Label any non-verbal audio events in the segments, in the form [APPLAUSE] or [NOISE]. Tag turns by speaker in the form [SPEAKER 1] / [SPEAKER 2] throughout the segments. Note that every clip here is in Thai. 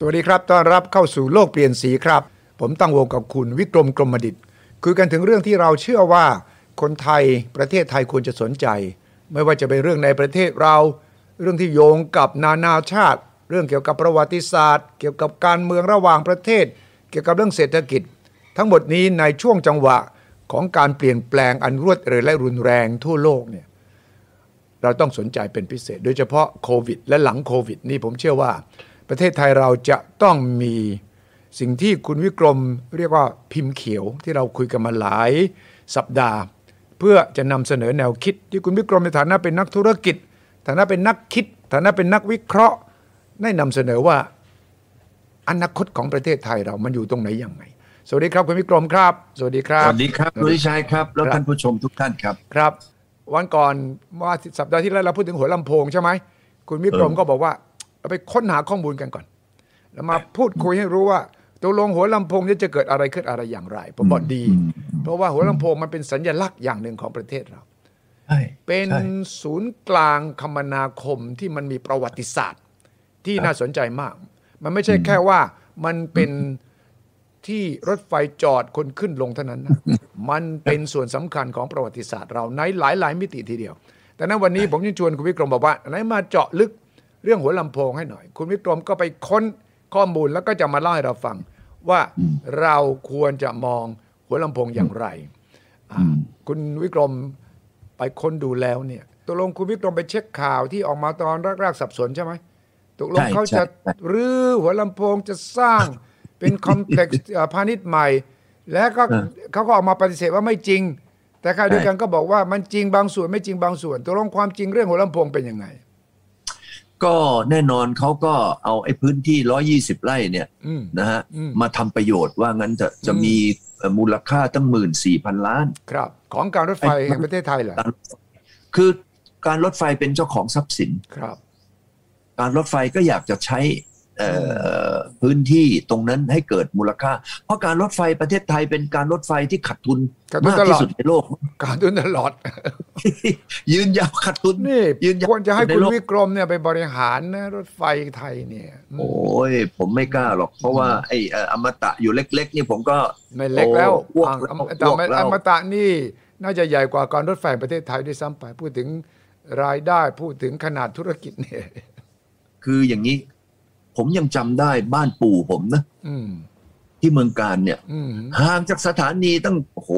[SPEAKER 1] สวัสดีครับ ต้อนรับเข้าสู่โลกเปลี่ยนสีครับ ผมตั้งวงกับคุณวิกรมกรมดิตคุยกันถึงเรื่องที่เราเชื่อว่าคนไทยประเทศไทยควรจะสนใจ ไม่ว่าจะเป็นเรื่องในประเทศเรา เรื่องที่โยงกับนานาชาติ เรื่องเกี่ยวกับประวัติศาสตร์ เกี่ยวกับการเมืองระหว่างประเทศ เกี่ยวกับเรื่องเศรษฐกิจ ทั้งหมดนี้ในช่วงจังหวะของการเปลี่ยนแปลงอันรวดเร็วและรุนแรงทั่วโลกเนี่ย เราต้องสนใจเป็นพิเศษ โดยเฉพาะโควิด และหลังโควิด นี่ผมเชื่อว่า ประเทศไทยเราจะต้องมีสิ่งที่คุณวิกรมเรียกว่าพิมพ์เขียวที่เราคุยกันมาหลายสัปดาห์ เพื่อจะนำเสนอแนวคิด ที่คุณวิกรมในฐานะเป็นนักธุรกิจ ฐานะเป็นนักคิด ฐานะเป็นนักวิเคราะห์ได้นำเสนอว่าอนาคตของประเทศไทยเรามันอยู่ตรงไหนยังไง สวัสดีครับคุณวิกรมครับ สวัสดีครับ
[SPEAKER 2] สวัสดีครับคุณวิชัยครับ แล้วท่านผู้ชมทุกท่านครับ
[SPEAKER 1] ครับ วันก่อนเมื่อสัปดาห์ที่แล้วเราพูดถึงหัวลำโพงใช่ไหม คุณวิกรมก็บอกว่าเอาไปค้นหาข้อมูลกันก่อน แล้วมาพูดคุยให้รู้ว่าตกลงหัวลำโพงเนี่ยจะเกิดอะไรขึ้นอะไรอย่างไร ผมบอกดี เพราะว่าหัวลำโพงมันเป็นสัญลักษณ์อย่างหนึ่งของประเทศเรา
[SPEAKER 2] ใช่
[SPEAKER 1] เป็น
[SPEAKER 2] ใช่
[SPEAKER 1] ศูนย์กลางคมนาคมที่มันมีประวัติศาสตร์ ที่น่าสนใจมาก มันไม่ใช่แค่ว่ามันเป็นที่รถไฟจอดคนขึ้นลงเท่านั้นนะ มันเป็นส่วนสำคัญของประวัติศาสตร์เราในหลายหลายๆมิติทีเดียว แต่นั้นวันนี้ผมจึงชวนคุณวิกรมบอกว่าไหนมาเจาะลึกเรื่องหัวลำโพงให้หน่อย คุณวิกรมก็ไปค้นข้อมูลแล้วก็จะมาเล่าให้เราฟัง ว่าเราควรจะมองหัวลำโพงอย่างไร อ่ะคุณวิกรมไปค้นดูแล้วเนี่ยตกลงคุณวิกรมไปเช็คข่าวที่ออกมาตอนแรกๆสับสนใช่ไหมตกลงเขาจะรื้อหัวลำโพงจะสร้าง [LAUGHS] เป็นคอมเพล็กซ์เอ่อพาณิชย์ใหม่ แล้วก็เขาก็ออกมาปฏิเสธว่าไม่จริง แต่ขณะเดียวกันก็บอกว่ามันจริงบางส่วนไม่จริงบางส่วนตกลงความจริงเรื่องหัวลำโพงเป็นยังไง
[SPEAKER 2] ก็แน่นอนเขาก็เอาไอ้พื้นที่ 120 ไร่เนี่ย
[SPEAKER 1] อืม
[SPEAKER 2] นะฮะ
[SPEAKER 1] อืม
[SPEAKER 2] มาทำประโยชน์ว่างั้นจะจะมีเอ่อมูลค่าตั้ง 14,000 ล้าน
[SPEAKER 1] ครับ ของการรถไฟแห่งประเทศไทยเหรอ
[SPEAKER 2] คือการรถไฟเป็นเจ้าของทรัพย์สิน
[SPEAKER 1] ครับ
[SPEAKER 2] การรถไฟก็อยากจะใช้เอ่อพื้นที่ตรงนั้นให้เกิดมูลค่า เพราะการรถไฟประเทศไทยเป็นการรถไฟที่ขาดทุน
[SPEAKER 1] ขาดทุน
[SPEAKER 2] มาก
[SPEAKER 1] ตลอด
[SPEAKER 2] ที่สุดในโลก
[SPEAKER 1] การทุนตลอด [LAUGHS]
[SPEAKER 2] ยืนยาวขาดทุน
[SPEAKER 1] นี่
[SPEAKER 2] ยืนยาว
[SPEAKER 1] ควรจะให้คุ
[SPEAKER 2] น
[SPEAKER 1] ณ
[SPEAKER 2] โลก
[SPEAKER 1] วิกรมเนี่ยไปบริหารนะรถไฟไทยเนี่ยอืม
[SPEAKER 2] โอ้ยผมไม่กล้าหรอก เพราะว่าไอ้เอ่ออมตะอยู่เล็ก ๆ นี่ผมก็
[SPEAKER 1] ไม่เล็กแล้ว
[SPEAKER 2] โอ้อ้วก
[SPEAKER 1] อ่าง
[SPEAKER 2] แล้ว
[SPEAKER 1] อม
[SPEAKER 2] อ้วก
[SPEAKER 1] แต่ไม่
[SPEAKER 2] แล้ว
[SPEAKER 1] อมตะนี่ น่าจะใหญ่กว่าการรถไฟประเทศไทยด้วยซ้ำไป พูดถึงรายได้พูดถึงขนาดธุรกิจเนี่ย
[SPEAKER 2] คืออย่างนี้ ผมยังจำได้บ้านปู่ผมนะ
[SPEAKER 1] อืม
[SPEAKER 2] ที่เมืองการเนี่ย
[SPEAKER 1] อืม
[SPEAKER 2] ห่างจากสถานีตั้งโอ้โห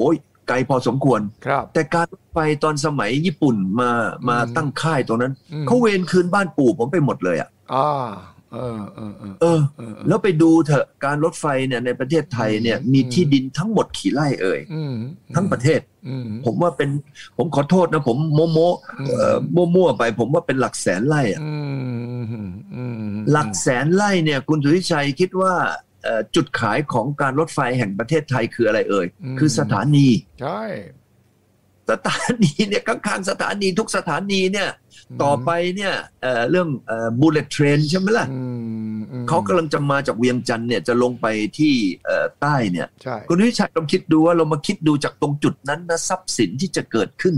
[SPEAKER 2] ไกลพอสมควร
[SPEAKER 1] ครับ
[SPEAKER 2] แต่การรถไฟตอนสมัยญี่ปุ่นมามาตั้งค่ายตรงนั้น
[SPEAKER 1] อืม
[SPEAKER 2] เขาเวรคืนบ้านปู่ผมไปหมดเลยอ่ะ
[SPEAKER 1] อ่าเออเออเออ
[SPEAKER 2] เออ
[SPEAKER 1] เออเออ
[SPEAKER 2] แล้วไปดูเถอะการรถไฟเนี่ยในประเทศไทยเนี่ย
[SPEAKER 1] อืม
[SPEAKER 2] มีที่ดินทั้งหมดขี่ไร่เอ่ย
[SPEAKER 1] อืม
[SPEAKER 2] ทั้งประเทศ
[SPEAKER 1] อืม
[SPEAKER 2] ผมว่าเป็นผมขอโทษนะ ผมโมโมเอ่อมั่วๆไป ผมว่าเป็นหลักแสนไร่อะ
[SPEAKER 1] อืมอืมอืม
[SPEAKER 2] หลักแสนไร่เนี่ยคุณสุทธิชัยคิดว่าเอ่อจุดขายของการรถไฟแห่งประเทศไทยคืออะไรเอ่ย คือสถานี
[SPEAKER 1] ใช่
[SPEAKER 2] สถานีเนี่ยข้างๆสถานีทุกสถานีเนี่ยต่อไปเนี่ยเอ่อเรื่องบูเลตเทรนใช่ไหมล่ะ
[SPEAKER 1] อืมอืม
[SPEAKER 2] เขากำลังจะมาจากเวียงจันทร์เนี่ยจะลงไปที่เอ่อใต้เนี่ย
[SPEAKER 1] ใช่
[SPEAKER 2] คุณสุทธิชัยลองคิดดูว่าเรามาคิดดูจากตรงจุดนั้นนะทรัพย์สินที่จะเกิดขึ้น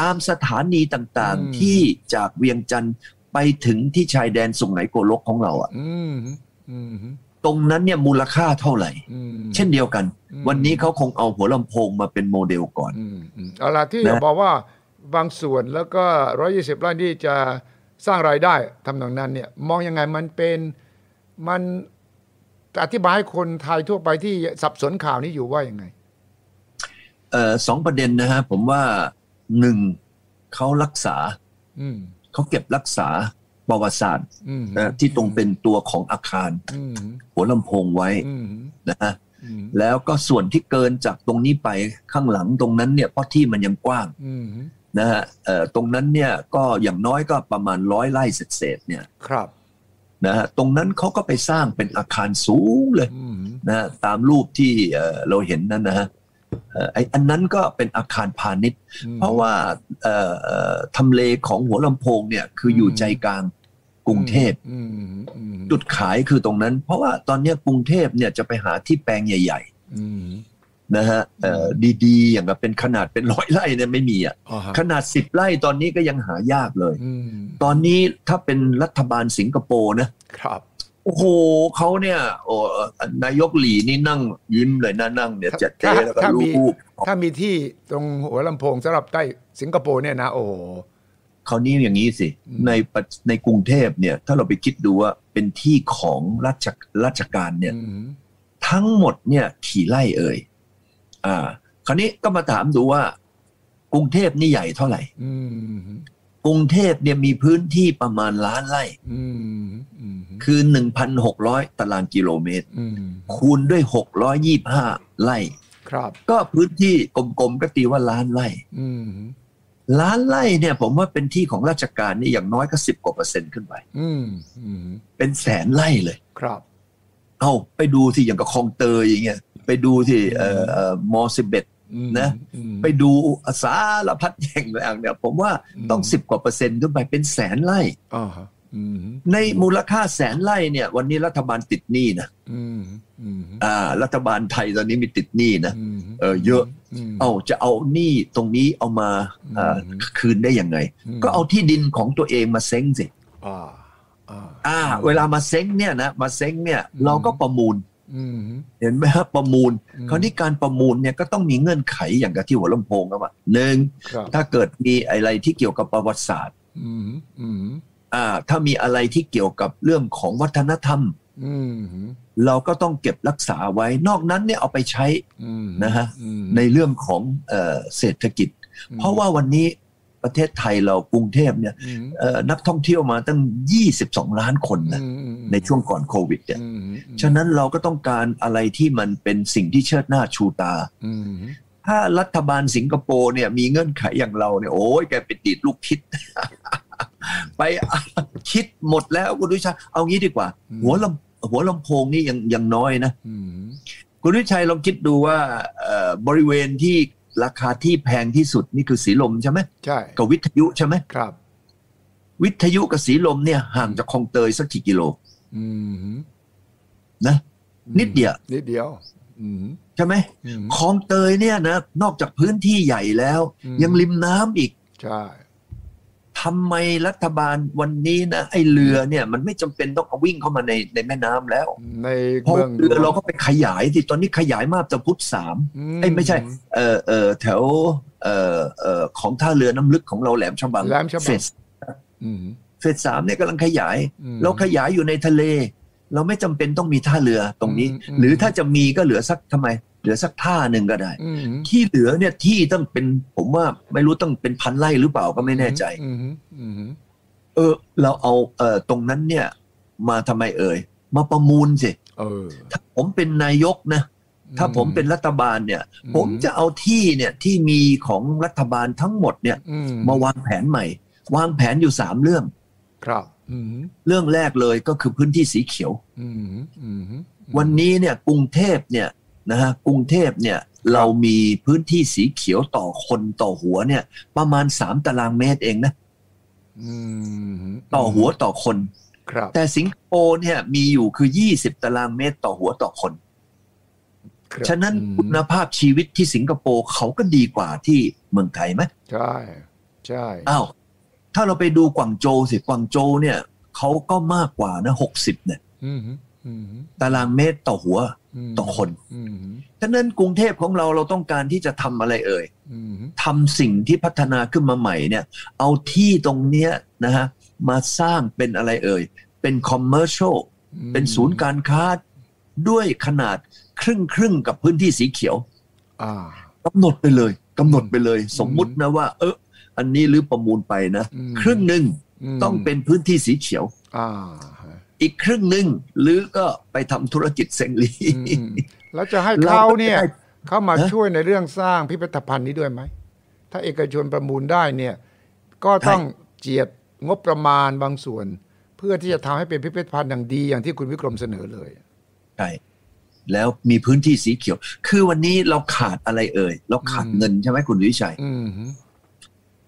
[SPEAKER 2] ตามสถานีต่าง
[SPEAKER 1] อืม
[SPEAKER 2] ๆที่จากเวียงจันทร์ไปถึงที่ชายแดนสุงไหงโกลกของเราอะ
[SPEAKER 1] อืมอืม
[SPEAKER 2] ตรงนั้นเนี่ยมูลค่าเท่าไหร่
[SPEAKER 1] อืม
[SPEAKER 2] เช่นเดียวกัน
[SPEAKER 1] อืม
[SPEAKER 2] วันนี้เขาคงเอาหัวลำโพงมาเป็นโมเดลก่อน
[SPEAKER 1] อืมอืมเอาล่ะที่
[SPEAKER 2] นะ
[SPEAKER 1] บอกว่าบางส่วนแล้วก็ 120ไร่นี่จะสร้างรายได้ทำนองนั้นเนี่ย มองยังไงมันเป็นมันอธิบายให้คนไทยทั่วไปที่สับสนข่าวนี้อยู่ว่ายังไง
[SPEAKER 2] เออสองประเด็นนะฮะ ผมว่าหนึ่งเขารักษา
[SPEAKER 1] อืม
[SPEAKER 2] เขาเก็บรักษาประวัติศาสตร์
[SPEAKER 1] อืม
[SPEAKER 2] นะที่ตรงเป็นตัวของอาคาร
[SPEAKER 1] อืม
[SPEAKER 2] หัวลำโพงไว้
[SPEAKER 1] อืม
[SPEAKER 2] นะฮะ
[SPEAKER 1] อืม
[SPEAKER 2] แล้วก็ส่วนที่เกินจากตรงนี้ไปข้างหลังตรงนั้นเนี่ยเพราะที่มันยังกว้าง
[SPEAKER 1] อืม
[SPEAKER 2] นะฮะเอ่อตรงนั้นเนี่ยก็อย่างน้อยก็ประมาณร้อยไร่เศษๆเนี่ย
[SPEAKER 1] ครับ
[SPEAKER 2] นะฮะตรงนั้นเขาก็ไปสร้างเป็นอาคารสูงเลย
[SPEAKER 1] อืม
[SPEAKER 2] นะฮะตามรูปที่เอ่อเราเห็นนั่นนะฮะเอ่อไออันนั้นก็เป็นอาคารพาณิชย์
[SPEAKER 1] อืม
[SPEAKER 2] เพราะว่าเอ่อเอ่อทำเลของหัวลำโพงเนี่ยคืออยู่
[SPEAKER 1] อืม
[SPEAKER 2] ใจกลางกรุงเทพ
[SPEAKER 1] อืมอืม
[SPEAKER 2] จุดขายคือตรงนั้น เพราะว่าตอนเนี้ยกรุงเทพเนี่ยจะไปหาที่แปลงใหญ่
[SPEAKER 1] อืม
[SPEAKER 2] ๆนะฮะเอ่อดีๆ อย่างกับเป็นขนาดเป็นร้อยไร่เนี่ยไม่มีอ่ะ
[SPEAKER 1] อ๋อฮะ
[SPEAKER 2] ขนาดสิบไร่ตอนนี้ก็ยังหายากเลย
[SPEAKER 1] อืม
[SPEAKER 2] ตอนนี้ถ้าเป็นรัฐบาลสิงคโปร์นะครับ โอ้โหเขาเนี่ยโอ้นายกหลีนี่นั่งยิ้มเลยนะนั่งเนี่ยจัดเจแล้วก็
[SPEAKER 1] ถ้า
[SPEAKER 2] รู
[SPEAKER 1] มี
[SPEAKER 2] ป
[SPEAKER 1] ถ้ามีที่ตรงหัวลำโพงสำหรับใต้สิงคโปร์เนี่ยนะ โอ้โห
[SPEAKER 2] คราวนี้อย่างนี้สิ ในประในกรุงเทพเนี่ย ถ้าเราไปคิดดูว่าเป็นที่ของราชราชการเนี่ย
[SPEAKER 1] อืม
[SPEAKER 2] ทั้งหมดเนี่ยขี่ไล่เอ่ยอ่า คราวนี้ก็มาถามดูว่า กรุงเทพนี่ใหญ่เท่าไหร่
[SPEAKER 1] อืม
[SPEAKER 2] กรุงเทพเนี่ยมีพื้นที่ประมาณล้านไร่
[SPEAKER 1] อืมอืม
[SPEAKER 2] คือ 1,600 ตารางกิโลเมตร
[SPEAKER 1] อืม
[SPEAKER 2] คูณด้วย 625 ไร่
[SPEAKER 1] ครับ
[SPEAKER 2] ก็พื้นที่กลมๆก็ตีว่าล้านไร่
[SPEAKER 1] อืม
[SPEAKER 2] ล้านไร่เนี่ยผมว่าเป็นที่ของราชการนี่อย่างน้อยก็สิบกว่าเปอร์เซ็นต์ขึ้นไป
[SPEAKER 1] อืมอืม
[SPEAKER 2] เป็นแสนไร่เลย
[SPEAKER 1] ครับ
[SPEAKER 2] เอาไปดูที่อย่างกับคลองเตยอย่างเงี้ยไปดูที่เอ่อเอ่อมอสิบเอ็ด
[SPEAKER 1] อืม
[SPEAKER 2] นะ
[SPEAKER 1] อืม
[SPEAKER 2] ไปดูสารพัดแห่งต่างเนี่ยผมว่าต้อง
[SPEAKER 1] อืม
[SPEAKER 2] สิบกว่าเปอร์เซ็นต์ขึ้นไปเป็นแสนไร่
[SPEAKER 1] อ่าฮะอืม
[SPEAKER 2] ในมูลค่าแสนไร่เนี่ย วันนี้รัฐบาลติดหนี้นะ
[SPEAKER 1] อืมอืม
[SPEAKER 2] อ่า รัฐบาลไทยตอนนี้มีติดหนี้นะ
[SPEAKER 1] อืม
[SPEAKER 2] เออเยอะ
[SPEAKER 1] ม
[SPEAKER 2] เอาจะเอาหนี้ตรงนี้เอามาอ่า
[SPEAKER 1] อืม
[SPEAKER 2] คืนได้ยังไง ก็เอาที่ดินของตัวเองมาเซ้งสิ
[SPEAKER 1] อ่าอ่า
[SPEAKER 2] อ่าเวลามาเซ้งเนี่ยนะมาเซ้งเนี่ย
[SPEAKER 1] อืม
[SPEAKER 2] เราก็ประมูล
[SPEAKER 1] อืม
[SPEAKER 2] เห็นไหมฮะประมูล
[SPEAKER 1] อืม
[SPEAKER 2] คราวนี้การประมูลเนี่ยก็ต้องมีเงื่อนไขอย่างกับที่หัวลำโพงครับว่าหนึ่ง
[SPEAKER 1] ครับ
[SPEAKER 2] ถ้าเกิดมีอะไรที่เกี่ยวกับประวัติศาสตร์
[SPEAKER 1] อืมอืม
[SPEAKER 2] อ่าถ้ามีอะไรที่เกี่ยวกับเรื่องของวัฒนธรรม
[SPEAKER 1] อืม
[SPEAKER 2] เราก็ต้องเก็บรักษาไว้นอกนั้นเนี่ยเอาไปใช้
[SPEAKER 1] อืม
[SPEAKER 2] นะฮะ
[SPEAKER 1] อืม
[SPEAKER 2] ในเรื่องของเอ่อเศรษฐกิจ เพราะว่าวันนี้ประเทศไทยเรากรุงเทพเนี่ย
[SPEAKER 1] อืม
[SPEAKER 2] เอ่อนักท่องเที่ยวมาตั้ง 22 ล้านคนนะ
[SPEAKER 1] อืมอืม
[SPEAKER 2] ในช่วงก่อนโควิดเนี่ย
[SPEAKER 1] อืม
[SPEAKER 2] ฉะนั้นเราก็ต้องการอะไรที่มันเป็นสิ่งที่เชิดหน้าชูตา
[SPEAKER 1] อืม
[SPEAKER 2] ถ้ารัฐบาลสิงคโปร์เนี่ยมีเงื่อนไขอย่างเราเนี่ยโอ้ยแกไปติดลูกคิด [LAUGHS] ไปคิดหมดแล้วคุณวิชัยเอางี้ดีกว่า หัวลำหัวลำโพงนี่ยังยังน้อยนะ
[SPEAKER 1] อืม
[SPEAKER 2] คุณวิชัยลองคิดดูว่าเอ่อบริเวณที่ราคาที่แพงที่สุดนี่คือสีลมใช่ไหม
[SPEAKER 1] ใช่
[SPEAKER 2] กับวิทยุใช่ไหม
[SPEAKER 1] ครับ
[SPEAKER 2] วิทยุกับสีลมเนี่ยห่างจากคลองเตยสักกี่กิโล
[SPEAKER 1] อืม
[SPEAKER 2] นะ นิดเดียว
[SPEAKER 1] นิดเดียวอืม
[SPEAKER 2] ใช่ไหม
[SPEAKER 1] อืม
[SPEAKER 2] คลองเตยเนี่ยนะนอกจากพื้นที่ใหญ่แล้ว
[SPEAKER 1] อืม
[SPEAKER 2] ยังริมน้ำอีก
[SPEAKER 1] ใช่
[SPEAKER 2] ทำไมรัฐบาลวันนี้นะไอเรือเนี่ยมันไม่จำเป็นต้องเอาวิ่งเข้ามาในในแม่น้ำแล้ว
[SPEAKER 1] ใน
[SPEAKER 2] เพราะ
[SPEAKER 1] เมือง
[SPEAKER 2] เรือเราก็ไปขยายที่ตอนนี้ขยายมาบจะพุทธสาม
[SPEAKER 1] ม
[SPEAKER 2] ไอยไม่ใช่เออเออแถวเออเออของท่าเรือน้ำลึกของเราแหลมฉบัง
[SPEAKER 1] แหลมฉบั
[SPEAKER 2] เฟ
[SPEAKER 1] ง
[SPEAKER 2] ส
[SPEAKER 1] อืม
[SPEAKER 2] เฟสสามเนี่ยกำลังขยาย
[SPEAKER 1] อืม
[SPEAKER 2] เราขยายอยู่ในทะเล เราไม่จำเป็นต้องมีท่าเรือตรงนี้
[SPEAKER 1] อืมอืม
[SPEAKER 2] หรือถ้าจะมีก็เหลือสักทำไม เหลือสักท่าหนึ่งก็ได้
[SPEAKER 1] อืม
[SPEAKER 2] ที่เหลือเนี่ยที่ต้องเป็นผมว่าไม่รู้ต้องเป็นพันไร่หรือเปล่าก็ไม่แน่ใจ
[SPEAKER 1] อืมอืม
[SPEAKER 2] เออ เราเอาเออตรงนั้นเนี่ยมาทำไมเอ่ยมาประมูลสิ
[SPEAKER 1] เออ
[SPEAKER 2] ถ้าผมเป็นนายกนะถ้าผมเป็นรัฐบาลเนี่ย ผมจะเอาที่เนี่ยที่มีของรัฐบาลทั้งหมดเนี่ย
[SPEAKER 1] อื
[SPEAKER 2] มาวางแผนใหม่ วางแผนอยู่สามเรื่อง
[SPEAKER 1] ครับอืม
[SPEAKER 2] เรื่องแรกเลยก็คือพื้นที่สีเขียว
[SPEAKER 1] อืมอืม
[SPEAKER 2] วันนี้เนี่ยกรุงเทพเนี่ยนะฮะกรุงเทพเนี่ยเรามีพื้นที่สีเขียวต่อคนต่อหัวเนี่ย ประมาณ 3 ตารางเมตรเองนะ
[SPEAKER 1] อืม
[SPEAKER 2] ต่อหัวต่อคน
[SPEAKER 1] ครับ
[SPEAKER 2] แต่สิงคโปร์เนี่ยมีอยู่คือ 20 ตารางเมตรต่อหัวต่อคน
[SPEAKER 1] ครับ
[SPEAKER 2] ฉะนั้น
[SPEAKER 1] อืม
[SPEAKER 2] คุณภาพชีวิตที่สิงคโปร์เขาก็ดีกว่าที่เมืองไทยไหม
[SPEAKER 1] ใช่ใช่
[SPEAKER 2] อ้าวถ้าเราไปดูกวางโจวสิกวางโจวเนี่ยเขาก็มากกว่านะ60เนี่ย
[SPEAKER 1] อืมอืม
[SPEAKER 2] ตารางเมตรต่อหัว
[SPEAKER 1] ม
[SPEAKER 2] ต่อคน
[SPEAKER 1] อืม
[SPEAKER 2] ฉะนั้นกรุงเทพของเราเราต้องการที่จะทำอะไรเอ่ย
[SPEAKER 1] อืม
[SPEAKER 2] ทำสิ่งที่พัฒนาขึ้นมาใหม่เนี่ย เอาที่ตรงเนี้ยนะฮะมาสร้างเป็นอะไรเอ่ย เป็นคอมเมอร์เชลเป็นศูนย์การค้าด้วยขนาดครึ่งครึ่งๆกับพื้นที่สีเขียว
[SPEAKER 1] อ่าก
[SPEAKER 2] ำหนดไปเลยกำหนดไปเลย สมมุตินะว่า เอออันนี้หรือประมูลไปนะ
[SPEAKER 1] อืม
[SPEAKER 2] ครึ่งหนึ่ง
[SPEAKER 1] ม
[SPEAKER 2] ต้องเป็นพื้นที่สีเขียว
[SPEAKER 1] อ่า
[SPEAKER 2] อีกครึ่งหนึ่งหรือก็ไปทำธุรกิจเซงลี
[SPEAKER 1] อืมอืมแล้วจะให้
[SPEAKER 2] เรา
[SPEAKER 1] เขาเนี่ย
[SPEAKER 2] ได้
[SPEAKER 1] เข้ามา
[SPEAKER 2] ฮะ
[SPEAKER 1] ช่วยในเรื่องสร้างพิพิธภัณฑ์นี้ด้วยไหม ถ้าเอกชนประมูลได้เนี่ย ก็ต้องเจียดงบประมาณบางส่วน เพื่อที่จะทำให้เป็นพิพิธภัณฑ์อย่างดีอย่างที่คุณวิกรมเสนอเลย
[SPEAKER 2] ใช่แล้วมีพื้นที่สีเขียว คือวันนี้เราขาดอะไรเอ่ยเราขาด
[SPEAKER 1] อืม
[SPEAKER 2] เงินใช่ไหมคุณวิชัย
[SPEAKER 1] อืม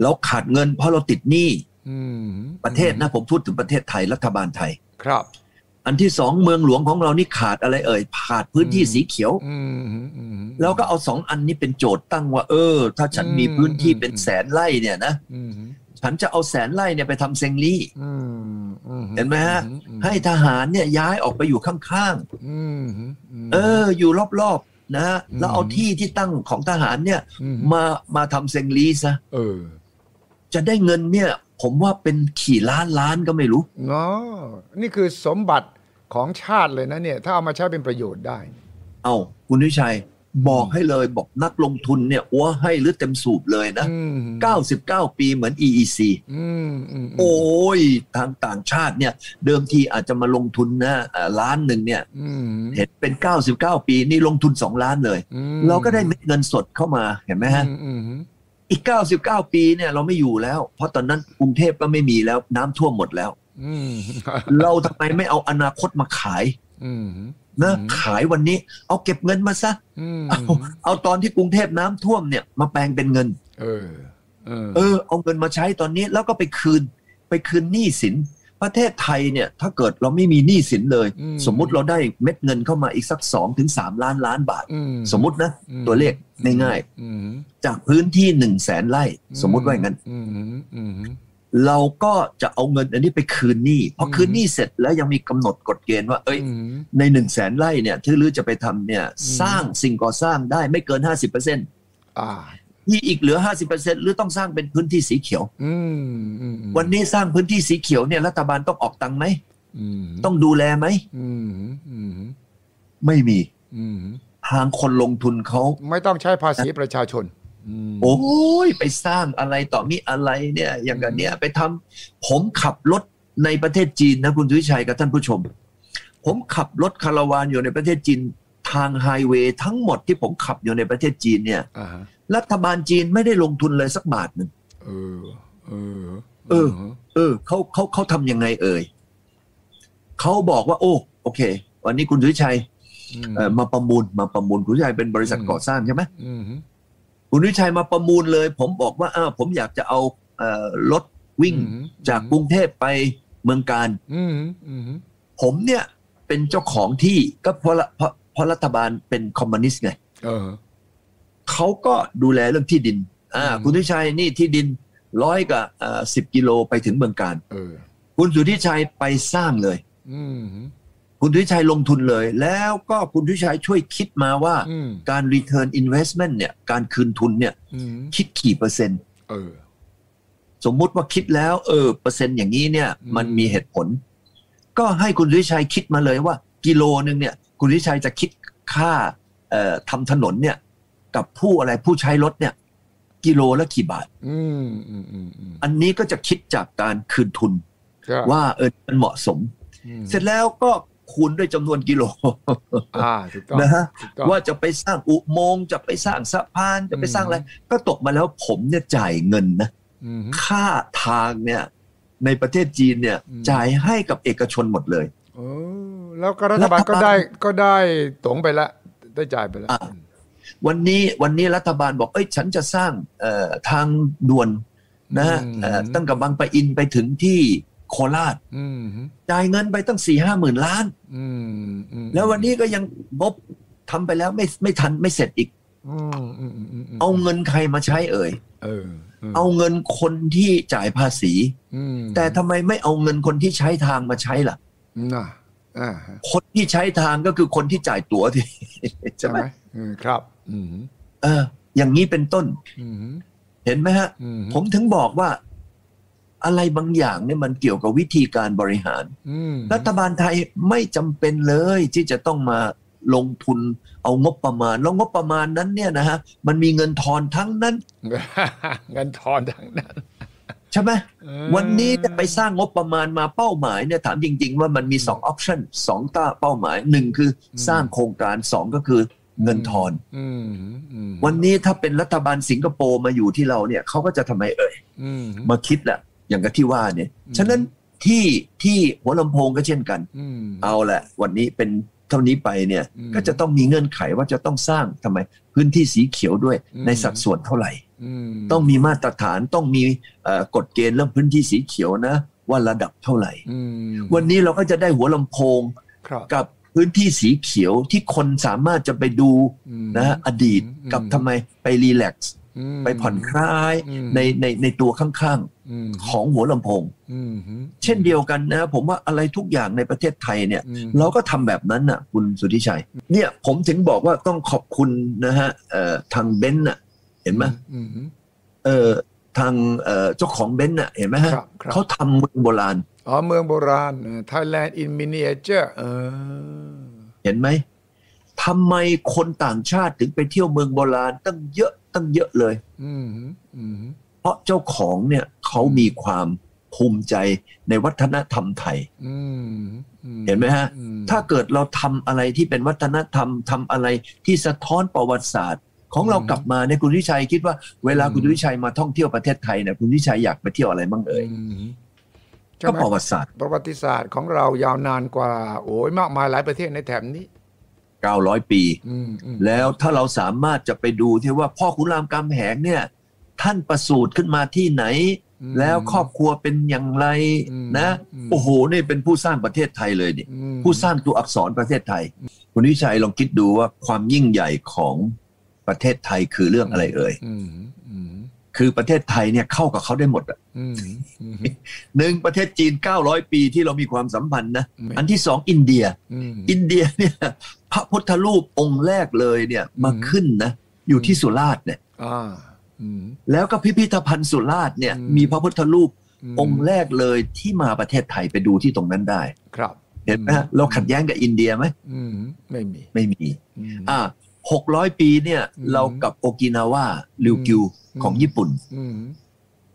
[SPEAKER 2] เราขาดเงินเพราะเราติดหนี้
[SPEAKER 1] อืม
[SPEAKER 2] ประเทศนะผมพูดถึงประเทศไทยรัฐบาลไทย
[SPEAKER 1] ครับ
[SPEAKER 2] อันที่สองเมืองหลวงของเรานี่ขาดอะไรเอ่ยขาดพื้นที่
[SPEAKER 1] อืม
[SPEAKER 2] สีเขียว
[SPEAKER 1] อืมอืม
[SPEAKER 2] เราก็เอาสองอันนี้เป็นโจทย์ตั้งว่า เออ ถ้าฉันมี
[SPEAKER 1] อืม
[SPEAKER 2] พื้นที่
[SPEAKER 1] อืม
[SPEAKER 2] เป็นแสนไร่เนี่ยนะ
[SPEAKER 1] อืม
[SPEAKER 2] ฉันจะเอาแสนไร่เนี่ยไปทำเซงลี่
[SPEAKER 1] อืมอืม
[SPEAKER 2] เห็นไหมฮะ ให้ทหารเนี่ยย้ายออกไปอยู่ข้าง
[SPEAKER 1] อืมม
[SPEAKER 2] ๆ เออ อยู่รอบๆนะฮะ
[SPEAKER 1] อืม
[SPEAKER 2] แล้วเอาที่ที่ตั้งของทหารเนี่ย
[SPEAKER 1] อืม
[SPEAKER 2] มามาทำเซงลีซะ
[SPEAKER 1] เออ
[SPEAKER 2] จะได้เงินเนี่ย ผมว่าเป็นขี่ล้านล้านก็ไม่รู้
[SPEAKER 1] เนาะนี่คือสมบัติของชาติเลยนะเนี่ย ถ้าเอามาใช้เป็นประโยชน์ได้
[SPEAKER 2] เอาคุณวิชัยบอกให้เลยบอกนักลงทุนเนี่ยอัวให้หรือเต็มสูบเลยนะ
[SPEAKER 1] อืม
[SPEAKER 2] 99 ปีเหมือน EEC
[SPEAKER 1] อืมอืมม
[SPEAKER 2] โอ้ยทางต่างชาติเนี่ย เดิมทีอาจจะมาลงทุนนะเอ่อล้านหนึ่งเนี่ย
[SPEAKER 1] อืม
[SPEAKER 2] เห็นเป็น 99 ปีนี่ลงทุน 2 ล้านเลย
[SPEAKER 1] อืม
[SPEAKER 2] เราก็ได้เม็ดเงินสดเข้ามาเห็นไหมฮะ
[SPEAKER 1] อืมอืม
[SPEAKER 2] อีก 99 ปีเนี่ยเราไม่อยู่แล้ว เพราะตอนนั้นกรุงเทพก็ไม่มีแล้วน้ำท่วมหมดแล้ว
[SPEAKER 1] อืม
[SPEAKER 2] เราทำไมไม่เอาอนาคตมาขาย
[SPEAKER 1] อืม
[SPEAKER 2] นะขายวันนี้เอาเก็บเงินมาซะ
[SPEAKER 1] อืม
[SPEAKER 2] เอาเอาตอนที่กรุงเทพน้ำท่วมเนี่ยมาแปลงเป็นเงิน
[SPEAKER 1] เออเออ
[SPEAKER 2] เออเอาเงินมาใช้ตอนนี้แล้วก็ไปคืนไปคืนหนี้สิน ประเทศไทยเนี่ยถ้าเกิดเราไม่มีหนี้สินเลย
[SPEAKER 1] อืม
[SPEAKER 2] สมมุติเราได้เม็ดเงินเข้ามาอีกสัก2ถึง3ล้านล้านบาท
[SPEAKER 1] อืม
[SPEAKER 2] สมมุตินะ
[SPEAKER 1] อืม
[SPEAKER 2] ตัวเลขง่าย
[SPEAKER 1] อืม
[SPEAKER 2] ๆจากพื้นที่1นึ่งแสนไร่สมมุติว่าอย่างนั้น
[SPEAKER 1] อืมอืม
[SPEAKER 2] เราก็จะเอาเงินอันนี้ไปคืนหนี้พออ
[SPEAKER 1] ม
[SPEAKER 2] คืนหนี้เสร็จแล้วยังมีกำหนดกฎเกณฑ์ว่าเอ้ย
[SPEAKER 1] อืม
[SPEAKER 2] ใน1นึ่งแสนไร่เนี่ยที่ลือจะไปทำเนี่ย
[SPEAKER 1] อืม
[SPEAKER 2] สร้างสิ่งก่อสร้างได้ไม่เกิน 50%
[SPEAKER 1] อ่า
[SPEAKER 2] ที่อีกเหลือ 50%หรือต้องสร้างเป็นพื้นที่สีเขียว
[SPEAKER 1] อืมอืม
[SPEAKER 2] วันนี้สร้างพื้นที่สีเขียวเนี่ยรัฐบาลต้องออกตังค์ไหม
[SPEAKER 1] อืม
[SPEAKER 2] ต้องดูแลไหม
[SPEAKER 1] อืมอืม
[SPEAKER 2] ไม่มี
[SPEAKER 1] อืม
[SPEAKER 2] ทางคนลงทุนเขา
[SPEAKER 1] ไม่ต้องใช้ภาษีประชาชนม
[SPEAKER 2] โอ้ยไปสร้างอะไรต่อมีอะไรเนี่ย อย่างกันเนี้ยไปทำผมขับรถในประเทศจีนนะคุณสุวิชัยกับท่านผู้ชม ผมขับรถคาราวานอยู่ในประเทศจีน ทางไฮเวย์ทั้งหมดที่ผมขับอยู่ในประเทศจีนเนี่ย
[SPEAKER 1] อ่าฮะ
[SPEAKER 2] รัฐบาลจีนไม่ได้ลงทุนเลยสักบาทหนึ่ง
[SPEAKER 1] เออ เออ
[SPEAKER 2] เออ เออเขาเขาเขาทำยังไงเอ่ยเขาบอกว่า โอ้โอเค วันนี้คุณสุวิชัย
[SPEAKER 1] ม
[SPEAKER 2] เอ่อมาประมูลมาประมูลคุณสุวิชัยเป็นบริษัท
[SPEAKER 1] อืม
[SPEAKER 2] ก่อสร้างใช่ไหม
[SPEAKER 1] อืม
[SPEAKER 2] คุณสุวิชัยมาประมูลเลย ผมบอกว่าอ้าวผมอยากจะเอาเอ่อรถวิ่งจากกรุงเทพไปเมืองการ
[SPEAKER 1] อืมอืม
[SPEAKER 2] ผมเนี่ยเป็นเจ้าของที่ก็เพราะละเพราะเพราะรัฐบาลเป็นคอมมิวนิสต์ไง
[SPEAKER 1] เออ
[SPEAKER 2] เขาก็ดูแลเรื่องที่ดินอ่า
[SPEAKER 1] อืม
[SPEAKER 2] คุณสุวิชัยนี่ที่ดินร้อยกับเอ่อสิบกิโลไปถึงเมืองการ
[SPEAKER 1] เออ
[SPEAKER 2] คุณสุทธิชัยไปสร้างเลย
[SPEAKER 1] อืม
[SPEAKER 2] คุณทุยชัยลงทุนเลย แล้วก็คุณทุยชัยช่วยคิดมาว่า
[SPEAKER 1] อืม
[SPEAKER 2] การ return investment เนี่ยการคืนทุนเนี่ย
[SPEAKER 1] อืม
[SPEAKER 2] คิดกี่เปอร์เซ็นต์
[SPEAKER 1] เออ
[SPEAKER 2] สมมุติว่าคิดแล้วเออเปอร์เซ็นต์อย่างนี้เนี่ย
[SPEAKER 1] อืม
[SPEAKER 2] มันมีเหตุผล ก็ให้คุณทุยชัยคิดมาเลยว่า กิโลนึงเนี่ยคุณทุยชัยจะคิดค่าเอ่อทำถนนเนี่ยกับผู้อะไรผู้ใช้รถเนี่ยกิโลละกี่บาท
[SPEAKER 1] อืมอืมอืมอืม
[SPEAKER 2] อันนี้ก็จะคิดจากการคืนทุน
[SPEAKER 1] ครับ
[SPEAKER 2] ว่าเออมันเหมาะสม
[SPEAKER 1] อืม
[SPEAKER 2] เสร็จแล้วก็คูณด้วยจำนวนกิโล
[SPEAKER 1] อ่าถูกต้อง
[SPEAKER 2] นะฮะ
[SPEAKER 1] ถูกต้อง
[SPEAKER 2] ว่าจะไปสร้างอุโมงค์จะไปสร้างสะพานจะไปสร้างอะไร
[SPEAKER 1] อื
[SPEAKER 2] ก็ตกมาแล้วผมเนี่ยจ่ายเงินนะ
[SPEAKER 1] อืม
[SPEAKER 2] ค่าทางเนี่ยในประเทศจีนเนี่ย
[SPEAKER 1] อืม
[SPEAKER 2] จ่ายให้กับเอกชนหมดเลย
[SPEAKER 1] โอ้แล้วก็รัฐบาลก็ได้ก็ได้ตงไปละได้จ่ายไปละ
[SPEAKER 2] อ่ะ วันนี้วันนี้รัฐบาลบอกเอ้ยฉันจะสร้างเอ่อทางด่วนนะฮะเอ่อตั้งกับบางปะอินไปถึงที่โคราช
[SPEAKER 1] อืม
[SPEAKER 2] จ่ายเงินไปตั้ง4ี่ห้าหมื่นล้าน
[SPEAKER 1] อืมอืม
[SPEAKER 2] แล้ววันนี้ก็ยังงบทำไปแล้วไม่ไม่ทันไม่เสร็จอีก
[SPEAKER 1] อืมอืมอืมมม
[SPEAKER 2] เอาเงินใครมาใช้เอ่ย
[SPEAKER 1] เออม
[SPEAKER 2] เอาเงินคนที่จ่ายภาษี
[SPEAKER 1] อืม
[SPEAKER 2] แต่ทำไมไม่เอาเงินคนที่ใช้ทางมาใช้ล่ะ
[SPEAKER 1] น่ะอ่าฮะ
[SPEAKER 2] คนที่ใช้ทางก็คือคนที่จ่ายตั๋วที่
[SPEAKER 1] ใช่
[SPEAKER 2] [LAUGHS] ใช่ไห
[SPEAKER 1] ไห
[SPEAKER 2] ม
[SPEAKER 1] มอืมครับ อืม
[SPEAKER 2] เออ อย่างนี้เป็นต้น
[SPEAKER 1] อืม
[SPEAKER 2] เห็นไหมฮะ
[SPEAKER 1] อืม
[SPEAKER 2] ผมถึงบอกว่า อะไรบางอย่างเนี่ยมันเกี่ยวกับวิธีการบริหาร
[SPEAKER 1] อืม
[SPEAKER 2] รัฐบาลไทยไม่จำเป็นเลยที่จะต้องมาลงทุนเอางบประมาณ แล้วงบประมาณนั้นเนี่ยนะฮะ มันมีเงินทอนทั้งนั้น
[SPEAKER 1] เงินทอนทั้งนั้น
[SPEAKER 2] ใช่ไหม
[SPEAKER 1] เออ
[SPEAKER 2] วันนี้จะไปสร้างงบประมาณมาเป้าหมายเนี่ยถามจริง ๆ ว่ามันมีสองออปชันสองต้าเป้าหมายหนึ่งคือสร้างโครงการสองก็คือเงินทอน
[SPEAKER 1] อืมอืม
[SPEAKER 2] วันนี้ถ้าเป็นรัฐบาลสิงคโปร์มาอยู่ที่เราเนี่ยเขาก็จะทำไมเอ่ย
[SPEAKER 1] อืม
[SPEAKER 2] มาคิดแหละอย่างกับที่ว่าเนี่ย
[SPEAKER 1] อืม
[SPEAKER 2] ฉะนั้นที่ที่หัวลำโพงก็เช่นกัน
[SPEAKER 1] อืม
[SPEAKER 2] เอาแหละ วันนี้เป็นเท่านี้ไปเนี่ย
[SPEAKER 1] อืม
[SPEAKER 2] ก็จะต้องมีเงื่อนไขว่าจะต้องสร้างทำไมพื้นที่สีเขียวด้วย
[SPEAKER 1] อืม
[SPEAKER 2] ในสัดส่วนเท่าไหร่
[SPEAKER 1] ม
[SPEAKER 2] ต้องมีมาตรฐานต้องมีเอ่อกฎเกณฑ์เรื่องพื้นที่สีเขียวนะ ว่าระดับเท่าไหร่
[SPEAKER 1] อืม
[SPEAKER 2] วันนี้เราก็จะได้หัวลำโพง
[SPEAKER 1] ครับ
[SPEAKER 2] กับพื้นที่สีเขียวที่คนสามารถจะไปดู
[SPEAKER 1] อืม
[SPEAKER 2] นะอดีตกับทำไมไปรีแลกซ์
[SPEAKER 1] อืม
[SPEAKER 2] ไปผ่อนคลาย
[SPEAKER 1] อืม
[SPEAKER 2] ในในในตัวข้าง
[SPEAKER 1] อืม
[SPEAKER 2] ของหัวลำโพง
[SPEAKER 1] อืมฮึ
[SPEAKER 2] เช่นเดียวกันนะผมว่าอะไรทุกอย่างในประเทศไทยเนี่ย
[SPEAKER 1] อืม
[SPEAKER 2] เราก็ทำแบบนั้นนะคุณสุทธิชัย เนี่ยผมถึงบอกว่าต้องขอบคุณนะฮะเอ่อทางเบนซ์น่ะเห็นไหม
[SPEAKER 1] อืมฮึ
[SPEAKER 2] เออทางเอ่อเจ้าของเบนซ์น่ะเห็นไหมฮะ
[SPEAKER 1] ครับครับ
[SPEAKER 2] เขาทำเมืองโบราณ
[SPEAKER 1] อ๋อเมืองโบราณ Thailand in miniature เออ
[SPEAKER 2] เห็นไหมทำไมคนต่างชาติถึงไปเที่ยวเมืองโบราณ ตั้งเยอะตั้งเยอะเลย
[SPEAKER 1] อืมฮึอืมฮึ
[SPEAKER 2] เพราะเจ้าของเนี่ยเขามีความภูมิใจในวัฒนธรรมไทย
[SPEAKER 1] อืมอื
[SPEAKER 2] เห็นไหมฮะ
[SPEAKER 1] อื
[SPEAKER 2] ถ้าเกิดเราทำอะไรที่เป็นวัฒนธรรมทำอะไรที่สะท้อนประวัติศาสตร์ ของเรากลับมาเนี่ยคุณวิชัยคิดว่าเวลาคุณวิชัยมาท่องเที่ยวประเทศไทยเนี่ยคุณวิชัยอยากไปเที่ยวอะไรบ้างเอ่ย
[SPEAKER 1] อืมใช่
[SPEAKER 2] ก็
[SPEAKER 1] ไหม
[SPEAKER 2] ประวัติศาสตร์
[SPEAKER 1] ประวัติศาสตร์ของเรายาวนานกว่า โอ้ยมากมายหลายประเทศในแถบนี้
[SPEAKER 2] 900 ปี
[SPEAKER 1] อืมอืม
[SPEAKER 2] แล้วถ้าเราสามารถจะไปดูที่ว่าพ่อขุนรามคำแหงเนี่ยท่านประสูติขึ้นมาที่ไหน
[SPEAKER 1] ม
[SPEAKER 2] แล้วครอบครัวเป็นอย่างไร
[SPEAKER 1] อืม
[SPEAKER 2] นะ
[SPEAKER 1] อืม
[SPEAKER 2] โอ้โหนี่เป็นผู้สร้างประเทศไทยเลยเนี่ย
[SPEAKER 1] อืม
[SPEAKER 2] ผู้สร้างตัวอักษรประเทศไทย คุณวิชัยลองคิดดูว่าความยิ่งใหญ่ของประเทศไทยคือเรื่องอะไรเอ่ย
[SPEAKER 1] อืมอืม
[SPEAKER 2] คือประเทศไทยเนี่ยเข้ากับเขาได้หมดอะ
[SPEAKER 1] อืมอืม
[SPEAKER 2] หนึ่งประเทศจีน 900 ปีที่เรามีความสัมพันธ์นะ
[SPEAKER 1] อืม
[SPEAKER 2] อันที่สองอินเดีย
[SPEAKER 1] อืม
[SPEAKER 2] อินเดียเนี่ยพระพุทธรูปองค์แรกเลยเนี่ยมา
[SPEAKER 1] อืม
[SPEAKER 2] ขึ้นนะอยู่ที่สุราษฎร์เนี่ย
[SPEAKER 1] อ่าอืม
[SPEAKER 2] แล้วก็พิพิธภัณฑ์สุราษฎร์เนี่ย
[SPEAKER 1] อืม
[SPEAKER 2] มีพระพุทธรูป
[SPEAKER 1] ม
[SPEAKER 2] องค์แรกเลยที่มาประเทศไทยไปดูที่ตรงนั้นได้
[SPEAKER 1] ครับ
[SPEAKER 2] เห็นไหมฮะเราขัดแย้งกับอินเดียไหม
[SPEAKER 1] อืมไม่มี
[SPEAKER 2] ไม่มี
[SPEAKER 1] อืม
[SPEAKER 2] อ่าหกร้อยปีเนี่ย
[SPEAKER 1] อืม
[SPEAKER 2] เรากับโอกินาวาริวกิว
[SPEAKER 1] อืม
[SPEAKER 2] ของญี่ปุ่น
[SPEAKER 1] อืม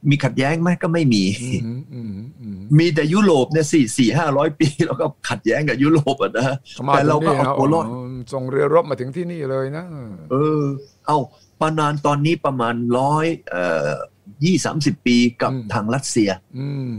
[SPEAKER 2] มีขัดแย้งไหมก็ไม่มี
[SPEAKER 1] [LAUGHS] อืมอืมอืม
[SPEAKER 2] มีแต่ยุโรปเนี่ยสี่สี่ห้าร้อยปี [LAUGHS] เราก็ขัดแย้งกับยุโรปอ่ะนะ แต่เราก็เอาตัวรอด
[SPEAKER 1] ส่งเรือรบมาถึงที่นี่เลยนะ
[SPEAKER 2] เออ เอาประนานตอนนี้ประมาณร้อยเอ่อยี่สามสิบปีกับทางรัสเซีย
[SPEAKER 1] อืม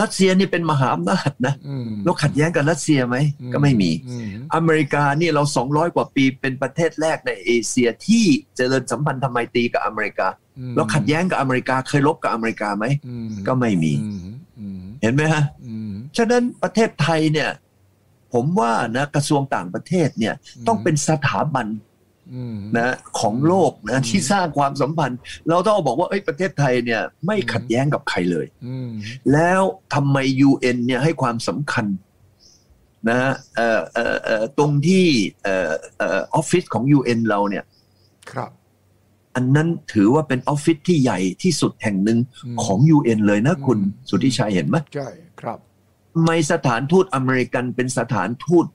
[SPEAKER 2] รัสเซียนี่เป็นมหาอำนาจนะ
[SPEAKER 1] อืม
[SPEAKER 2] เราขัดแย้งกับรัสเซียไหม
[SPEAKER 1] อื
[SPEAKER 2] ก็ไม่มี
[SPEAKER 1] อืม
[SPEAKER 2] อเมริกานี่เรา 200 กว่าปีเป็นประเทศแรกในเอเชียที่เจริญสัมพันธ์ทำไมตรีกับอเมริกา
[SPEAKER 1] อืม
[SPEAKER 2] เราขัดแย้งกับอเมริกาเคยลบกับอเมริกาไหม
[SPEAKER 1] อืม
[SPEAKER 2] ก็ไม่มี
[SPEAKER 1] อืมอืม
[SPEAKER 2] เห็นไหมฮะ
[SPEAKER 1] อืม
[SPEAKER 2] ฉะนั้นประเทศไทยเนี่ย ผมว่านะกระทรวงต่างประเทศเนี่ย
[SPEAKER 1] อืม
[SPEAKER 2] ต้องเป็นสถาบัน
[SPEAKER 1] อืม
[SPEAKER 2] นะของโลกนะที่สร้างความสัมพันธ์ เราต้องบอกว่าเอ้ยประเทศไทยเนี่ย ไม่ขัดแย้งกับใครเลย
[SPEAKER 1] อืม
[SPEAKER 2] แล้วทำไม UN เนี่ยให้ความสำคัญนะฮะเอ่อเอ่อเอ่อตรงที่เอ่อเอ่อออฟฟิศของ UN เราเนี่ย
[SPEAKER 1] ครับ
[SPEAKER 2] อันนั้นถือว่าเป็นออฟฟิศที่ใหญ่ที่สุดแห่งหนึ่ง
[SPEAKER 1] อืม
[SPEAKER 2] ของ UN เลยนะคุณ
[SPEAKER 1] อืม
[SPEAKER 2] สุทธิชัยเห็นไหม
[SPEAKER 1] ใช่ครับ
[SPEAKER 2] ทำไมสถานทูตอเมริกันเป็นสถานทูต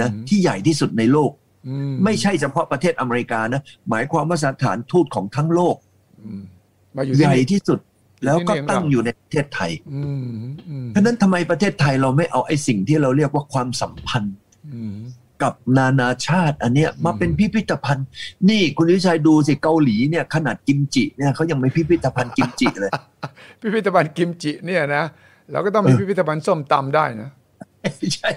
[SPEAKER 2] นะ
[SPEAKER 1] อืม
[SPEAKER 2] ที่ใหญ่ที่สุดในโลก
[SPEAKER 1] อื
[SPEAKER 2] ไม่ใช่เฉพาะประเทศอเมริกานะหมายความว่าสถานทูตของทั้งโลก
[SPEAKER 1] อืมมาอยู่ที่
[SPEAKER 2] ใหญ่
[SPEAKER 1] นี่
[SPEAKER 2] ที่สุด แล้วก็
[SPEAKER 1] ที่นี่
[SPEAKER 2] ตั้งอยู่ในประเทศไทย
[SPEAKER 1] อืมอืม
[SPEAKER 2] ฉะนั้นทำไมประเทศไทยเราไม่เอาไอ้สิ่งที่เราเรียกว่าความสัมพันธ์
[SPEAKER 1] อืม
[SPEAKER 2] กับนานาชาติอันเนี้ยมาเป็นพิพิธภัณฑ์ นี่คุณวิชัยดูสิเกาหลีเนี่ยขนาดกิมจิเนี่ยเขายังไม่พิพิธภัณฑ์กิมจิเลย
[SPEAKER 1] พิพิธภัณฑ์กิมจิเนี่ยนะเราก็ต้องมี
[SPEAKER 2] เออ
[SPEAKER 1] พิพิธภัณฑ์ส้มตำได้นะ
[SPEAKER 2] ไม่ใช่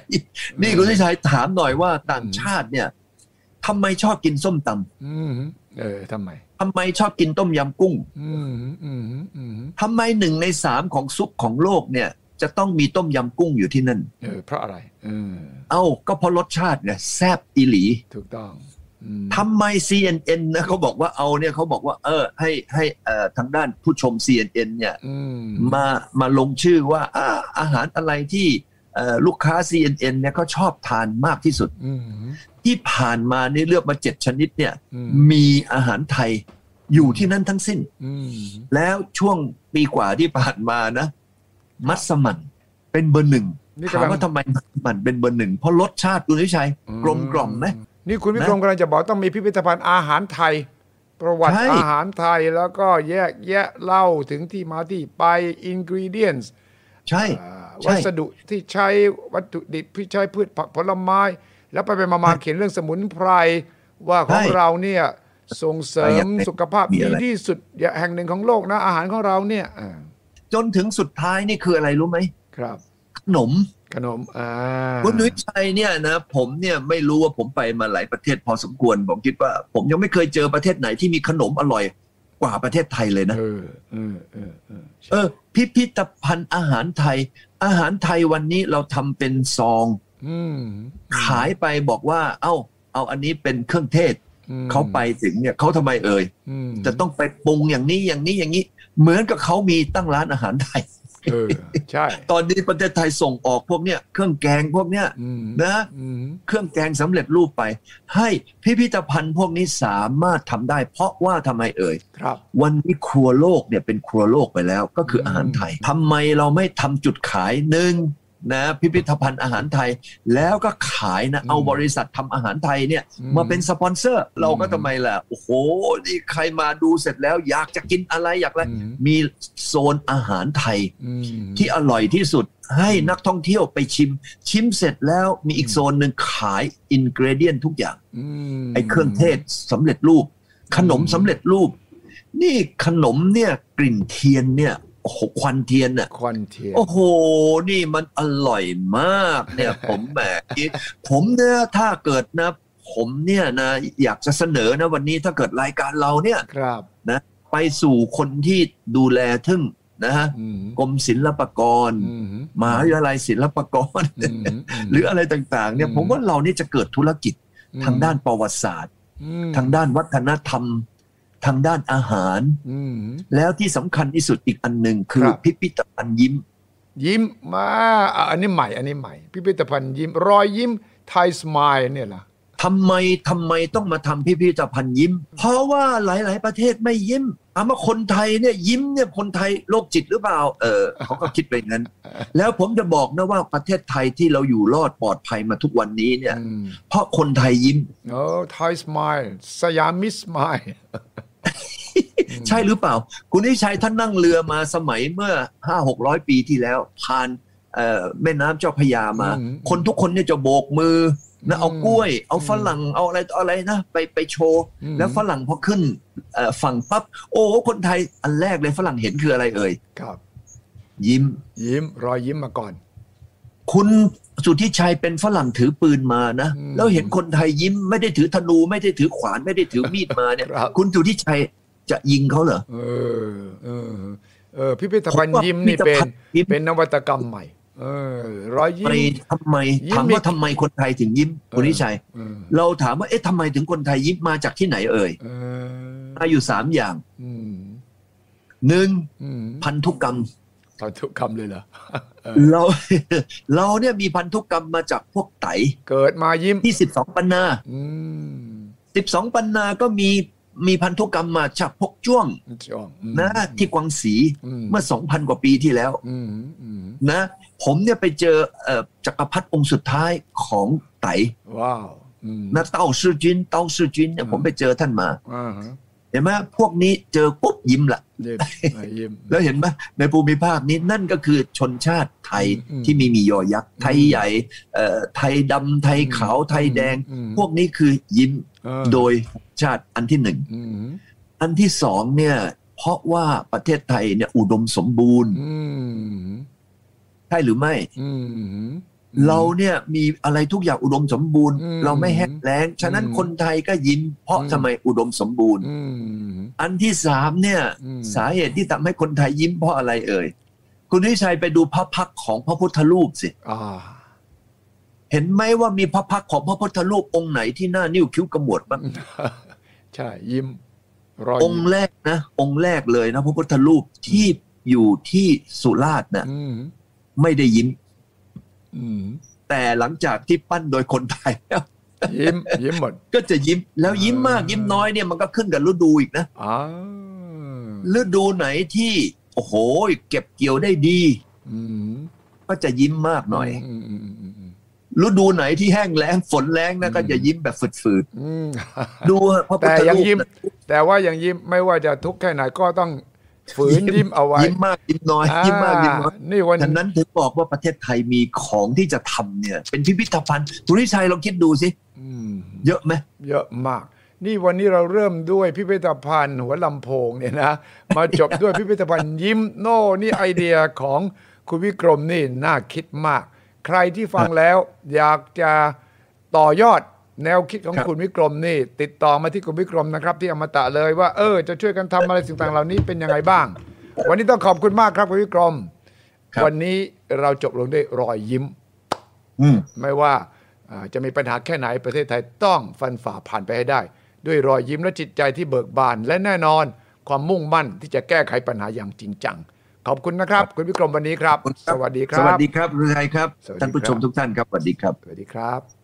[SPEAKER 2] นี่คุณวิชัยถามหน่อยว่าต่างชาติเนี่ยทำไมชอบกินส้มตำ
[SPEAKER 1] อืมเออทำไม
[SPEAKER 2] ทำไมชอบกินต้มยำกุ้ง
[SPEAKER 1] อืมอืมอืม
[SPEAKER 2] ทำไมหนึ่งในสามของซุปของโลกเนี่ย จะต้องมีต้มยำกุ้งอยู่ที่นั่น
[SPEAKER 1] เออเพราะอะไรเออ
[SPEAKER 2] เอ้า ก็เพราะรสชาติเนี่ยแซบอีหลี
[SPEAKER 1] ถูกต้องอืม
[SPEAKER 2] ทำไม CNN นะเขาบอกว่าเอาเนี่ยเขาบอกว่า เออ ให้ให้เอ่อทางด้านผู้ชม CNN เนี่ย
[SPEAKER 1] อืม
[SPEAKER 2] มามาลงชื่อว่าอาอาหารอะไรที่เอ่อลูกค้า CNN เนี่ยเขาชอบทานมากที่สุด
[SPEAKER 1] อืม
[SPEAKER 2] ที่ผ่านมาเนี่ยเลือกมาเจ็ดชนิดเนี่ย
[SPEAKER 1] อืม
[SPEAKER 2] มีอาหารไทยอยู่ที่นั่นทั้งสิ้น
[SPEAKER 1] อืม
[SPEAKER 2] แล้วช่วงปีกว่าที่ผ่านมานะ มัสมั่นเป็นเบอร์หนึ่ง
[SPEAKER 1] นี่กำ
[SPEAKER 2] ถาม
[SPEAKER 1] ลัง
[SPEAKER 2] ว่าทำไมมัสมั่นเป็นเบอร์หนึ่งเพราะรสชาติคุณวิชัย กลมกล่อมไหม
[SPEAKER 1] นี่คุณวิกรมกำลังจะบอกต้องมีพิพิธภัณฑ์อาหารไทย ประวัติ
[SPEAKER 2] ใช่
[SPEAKER 1] อาหารไทยแล้วก็แยกแยะเล่าถึงที่มาที่ไปอินกรีเดียน
[SPEAKER 2] ใช่
[SPEAKER 1] อ่า
[SPEAKER 2] ใช่
[SPEAKER 1] วัสดุที่ใช้วัตถุดิบที่ใช้พืชผักผลไม้ แล้วไปไปมามาเขียนเรื่องสมุนไพร ว่าของเราเนี่ยส่งเสริมสุขภาพดีที่สุดแห่งหนึ่งของโลกนะ อาหารของเราเนี่ยอ่า
[SPEAKER 2] จนถึงสุดท้ายนี่คืออะไรรู้ไหม
[SPEAKER 1] ครับ
[SPEAKER 2] ขนม
[SPEAKER 1] ขนมอ่า
[SPEAKER 2] คุณวิชัยเนี่ยนะผมเนี่ยไม่รู้ว่าผมไปมาหลายประเทศพอสมควร ผมคิดว่า ผมยังไม่เคยเจอประเทศไหนที่มีขนมอร่อยกว่าประเทศไทยเลยนะ
[SPEAKER 1] เออเออเออเออ
[SPEAKER 2] เออ พิพิธภัณฑ์อาหารไทย อาหารไทยวันนี้เราทำเป็นซอง
[SPEAKER 1] อืม
[SPEAKER 2] ขายไปบอกว่า เอ้า เอาอันนี้เป็นเครื่องเทศ
[SPEAKER 1] อืม
[SPEAKER 2] เขาไปถึงเนี่ยเขาทำไมเอ่ย
[SPEAKER 1] อืม
[SPEAKER 2] จะต้องไปปรุงอย่างนี้อย่างนี้อย่างนี้ เหมือนกับเขามีตั้งร้านอาหารไทย
[SPEAKER 1] เออใช่
[SPEAKER 2] ตอนนี้ประเทศไทยส่งออกพวกเนี้ยเครื่องแกงพวกเนี้ย
[SPEAKER 1] อืม
[SPEAKER 2] นะ
[SPEAKER 1] อืม
[SPEAKER 2] เครื่องแกงสำเร็จรูปไป ให้พิพิธภัณฑ์พวกนี้สามารถทำได้ เพราะว่าทำไมเอ่ย
[SPEAKER 1] ครับ
[SPEAKER 2] วันนี้ครัวโลกเนี่ยเป็นครัวโลกไปแล้วก็คือ
[SPEAKER 1] ม
[SPEAKER 2] อาหารไทยทำไมเราไม่ทำจุดขายหนึ่งนะพิพิธภัณฑ์อาหารไทย แล้วก็ขายนะเอาบริษัททำอาหารไทยเนี่ยมาเป็นสปอนเซอร์ เราก็ทำไมล่ะ โอ้โห นี่ใครมาดูเสร็จแล้วอยากจะกินอะไรอยากอะไร
[SPEAKER 1] อืม
[SPEAKER 2] มีโซนอาหารไทย
[SPEAKER 1] อืม
[SPEAKER 2] ที่อร่อยที่สุดให้นักท่องเที่ยวไปชิม ชิมเสร็จแล้วมีอีก
[SPEAKER 1] อืม
[SPEAKER 2] โซนหนึ่งขายอินเกรเดียนทุกอย่าง
[SPEAKER 1] ม
[SPEAKER 2] ไอ้เครื่องเทศสำเร็จรูป ขนม
[SPEAKER 1] อืม
[SPEAKER 2] สำเร็จรูป นี่ขนมเนี่ยกลิ่นเทียนเนี่ยโอ้โหควันเทียนน่ะ
[SPEAKER 1] ควันเทียน
[SPEAKER 2] โอ้โห นี่มันอร่อยม
[SPEAKER 1] [LAUGHS]
[SPEAKER 2] ากเนี่ย ผมแหมคิดผมเนี่ยถ้าเกิดนะ ผมเนี่ยนะอยากจะเสนอนะวันนี้ถ้าเกิดรายการเราเนี่ย
[SPEAKER 1] ครับ
[SPEAKER 2] นะไปสู่คนที่ดูแลทึ่งนะฮะ
[SPEAKER 1] อืม
[SPEAKER 2] กรมศิลปากร
[SPEAKER 1] อืม
[SPEAKER 2] มหาวิทยาลัยศิลปากร
[SPEAKER 1] อืมม
[SPEAKER 2] [LAUGHS] หรืออะไรต่างๆเนี่ย
[SPEAKER 1] อืม
[SPEAKER 2] ผมว่าเรานี่จะเกิดธุรกิจทางด้านประวัติศาสตร์
[SPEAKER 1] อืม
[SPEAKER 2] ทางด้านวัฒนธรรม ทางด้านอาหาร
[SPEAKER 1] อืม
[SPEAKER 2] แล้วที่สำคัญที่สุดอีกอันหนึ่งคือ
[SPEAKER 1] ครับ
[SPEAKER 2] พิพิธภัณฑ์ยิ้ม
[SPEAKER 1] ยิ้มมาอ่ะอันนี้ใหม่ อันนี้ใหม่ พิพิธภัณฑ์ยิ้ม รอยยิ้มไทยสมายเนี่ยล่ะ
[SPEAKER 2] ทำไมทำไมต้องมาทำพิพิธภัณฑ์ยิ้ม เพราะว่าหลายๆ ประเทศไม่ยิ้มเอามาคนไทยเนี่ยยิ้มเนี่ยคนไทยโรคจิตหรือเปล่า เออเขาก็คิดไปงั้น แล้วผมจะบอกนะว่าประเทศไทยที่เราอยู่รอดปลอดภัยมาทุกวันนี้เนี่ย
[SPEAKER 1] อืม
[SPEAKER 2] เพราะคนไทยยิ้ม
[SPEAKER 1] โอ้ไทยสมายสยามมิสมาย
[SPEAKER 2] [LAUGHS] ใช่หรือเปล่า คุณนิชัยท่านนั่งเรือมาสมัยเมื่อห้าหกร้อยปีที่แล้ว ผ่านเอ่อแม่น้ำเจ้าพระยามา
[SPEAKER 1] อืม
[SPEAKER 2] คนทุกคนเนี่ยจะโบกมือนะ
[SPEAKER 1] อืม
[SPEAKER 2] เอากล้วย เอา
[SPEAKER 1] อืม
[SPEAKER 2] ฝรั่งเอาอะไรต่ออะไรนะ ไปไปโชว์
[SPEAKER 1] อืม
[SPEAKER 2] แล้วฝรั่งพอขึ้นเอ่อฝั่งปั๊บโอ้คนไทยอันแรกเลยฝรั่งเห็นคืออะไรเอ่ย
[SPEAKER 1] ครับ
[SPEAKER 2] ยิ้ม
[SPEAKER 1] ยิ้มรอยยิ้มมาก่อน
[SPEAKER 2] คุณสุทธิชัยเป็นฝรั่งถือปืนมานะ
[SPEAKER 1] อืม
[SPEAKER 2] แล้วเห็นคนไทยยิ้มไม่ได้ถือธนูไม่ได้ถือขวานไม่ได้ถือมีดมาเนี่ย
[SPEAKER 1] ครับ
[SPEAKER 2] คุณสุทธิชัยจะยิงเขาเหรอ
[SPEAKER 1] เออเออเออพิพิธภัณฑ์
[SPEAKER 2] ผมว่า
[SPEAKER 1] ยิ้มนี่เป็น
[SPEAKER 2] พิพิธภัณฑ์ยิ้ม
[SPEAKER 1] เป็นนวัตกรรมใหม่ เออ รอยยิ้
[SPEAKER 2] ไป
[SPEAKER 1] ม
[SPEAKER 2] ทำไม
[SPEAKER 1] ยิ้ม
[SPEAKER 2] ถามว่าทำไมคนไทยถึงยิ้ม
[SPEAKER 1] เออ
[SPEAKER 2] คุณนิชัย
[SPEAKER 1] เออ
[SPEAKER 2] เราถามว่าเอ๊ะทำไมถึงคนไทยยิ้มมาจากที่ไหนเอ่ย
[SPEAKER 1] เออ
[SPEAKER 2] มาอยู่สามอย่าง
[SPEAKER 1] อืม
[SPEAKER 2] หนึ่ง
[SPEAKER 1] อืม
[SPEAKER 2] พันธุกรรม
[SPEAKER 1] ตอนทุกคำเลยเหรอเออ
[SPEAKER 2] เรา [LAUGHS] เราเนี่ยมีพันธุกรรมมาจากพวกไต
[SPEAKER 1] เกิดมายิ้ม
[SPEAKER 2] ที่สิบสองปันนา
[SPEAKER 1] อืม
[SPEAKER 2] สิบสองปันนาก็มีมีพันธุกรรมมาจากพวกจ้วง
[SPEAKER 1] ชอบอืม
[SPEAKER 2] นะที่กวางสี
[SPEAKER 1] อืม
[SPEAKER 2] เมื่อสองพันกว่าปีที่แล้ว
[SPEAKER 1] อืมอืม
[SPEAKER 2] นะผมเนี่ยไปเจอเอ่อจักรพรรดิองค์สุดท้ายของไต
[SPEAKER 1] ว้าวอืม
[SPEAKER 2] นะเต้าซื่อจินเต้าซื่อจินเนี่ยผมไปเจอท่านมา
[SPEAKER 1] อ่าฮะ
[SPEAKER 2] เห็นไหมพวกนี้เจอปุ๊บยิ้มละ
[SPEAKER 1] ยิ้มรอยยิ้ม
[SPEAKER 2] แล้วเห็นไหมในภูมิภาคนี้นั่นก็คือชนชาติไทย
[SPEAKER 1] อืม
[SPEAKER 2] ที่มีมียอยักษ์ไทย
[SPEAKER 1] อืม
[SPEAKER 2] ใหญ่เอ่อไทยดำไทยขาวไทยแดง
[SPEAKER 1] อืม
[SPEAKER 2] พวกนี้คือยิ้ม
[SPEAKER 1] เออ
[SPEAKER 2] โดยชาติอันที่หนึ่ง
[SPEAKER 1] อืม
[SPEAKER 2] อันที่สองเนี่ยเพราะว่าประเทศไทยเนี่ยอุดมสมบูรณ์
[SPEAKER 1] อืม
[SPEAKER 2] ใช่หรือไม่
[SPEAKER 1] อืม
[SPEAKER 2] เราเนี่ยมีอะไรทุกอย่างอุดมสมบูรณ์
[SPEAKER 1] อืม
[SPEAKER 2] เราไม่แห้งแล้งฉะนั้น
[SPEAKER 1] อืม
[SPEAKER 2] คนไทยก็ยิ้ม เพราะ
[SPEAKER 1] อืม
[SPEAKER 2] ทำไมอุดมสมบูรณ์
[SPEAKER 1] อืม
[SPEAKER 2] อันที่สามเนี่ย
[SPEAKER 1] อืม
[SPEAKER 2] สาเหตุที่ทำให้คนไทยยิ้มเพราะอะไรเอ่ย คุณวิชัยไปดูพระพักตร์ของพระพุทธรูปสิ
[SPEAKER 1] อ่า [LAUGHS]
[SPEAKER 2] เห็นไหมว่ามีพระพักตร์ของพระพุทธรูปองค์ไหนที่หน้านิ้วคิ้วกระหมวดบ้าง
[SPEAKER 1] ใช่ยิ้ม รอย
[SPEAKER 2] อ
[SPEAKER 1] ยิ้
[SPEAKER 2] ง
[SPEAKER 1] ม
[SPEAKER 2] ค์แรกนะองค์แรกเลยนะพระพุทธรูปที่อยู่ที่สุราษฎร์นะ
[SPEAKER 1] อืม
[SPEAKER 2] ไม่ได้ยิ้ม
[SPEAKER 1] อืม
[SPEAKER 2] แต่หลังจากที่ปั้นโดยคนไทยแล้ว [LAUGHS]
[SPEAKER 1] ยิ้มยิ้มหมด
[SPEAKER 2] ก็จะยิ้มแล้วยิ้มมากยิ้มน้อยเนี่ยมันก็ขึ้นกับฤดูอีกนะ
[SPEAKER 1] อ่า
[SPEAKER 2] ฤดูไหนที่โอ้โหเก็บเกี่ยวได้ดี
[SPEAKER 1] อืม
[SPEAKER 2] ก็จะยิ้มมากหน่อย
[SPEAKER 1] มอืมอืมอืม
[SPEAKER 2] ฤดูไหนที่แห้งแล้งฝนแล้งนะ
[SPEAKER 1] อืม
[SPEAKER 2] ก็จะยิ้มแบบฝืด
[SPEAKER 1] อืม
[SPEAKER 2] ๆ ดูพระพุท
[SPEAKER 1] แต่
[SPEAKER 2] ธ
[SPEAKER 1] ยัง
[SPEAKER 2] รูป
[SPEAKER 1] ยิ้ม
[SPEAKER 2] นะ
[SPEAKER 1] แต่ว่ายังยิ้มไม่ว่าจะทุกข์แค่ไหนก็ต้องฝืนยิ้มเอาไว้
[SPEAKER 2] ยิ้มมากยิ้มน้อย
[SPEAKER 1] อ่
[SPEAKER 2] ยิ้มมากยิ้มน้อย
[SPEAKER 1] นี่วัน
[SPEAKER 2] ฉะนั้นถึงบอกว่าประเทศไทยมีของที่จะทำเนี่ย เป็นพิพิธภัณฑ์ทุริชัยลองคิดดูสิ
[SPEAKER 1] อืม
[SPEAKER 2] เยอะไหม
[SPEAKER 1] เยอะมาก นี่วันนี้เราเริ่มด้วยพิพิธภัณฑ์หัวลำโพงเนี่ยนะ [LAUGHS] มาจบด้วยพิพิธภัณฑ์ยิ้มโน่นี่ไอเดียของคุณวิกรมนี่น่าคิดมาก ใครที่ฟังแล้วอยากจะต่อยอดแนวคิดของคุณวิกรมนี่ ติดต่อมาที่คุณวิกรมนะครับ ที่อมตะเลยว่าเออจะช่วยกันทำอะไรสิ่งต่างเหล่านี้เป็นยังไงบ้าง วันนี้ต้องขอบคุณมากครับคุณวิกรม วันนี้เราจบลงด้วยรอยยิ้ม
[SPEAKER 2] อืม
[SPEAKER 1] ไม่ว่าอ่าจะมีปัญหาแค่ไหนประเทศไทยต้องฟันฝ่าผ่านไปให้ได้ ด้วยรอยยิ้มและจิตใจที่เบิกบาน และแน่นอน ความมุ่งมั่นที่จะแก้ไขปัญหาอย่างจริงจัง ขอบคุณนะครับ คุณวิกรมวันนี้ครับ สวัสดีครั
[SPEAKER 2] ส
[SPEAKER 1] บ
[SPEAKER 2] วัสดีครับคุณไทยครับ
[SPEAKER 1] สวัสดีครับ
[SPEAKER 2] ท่านผู้ชมทุกท่านครับสวัสดีครับ
[SPEAKER 1] สวัสดีครับ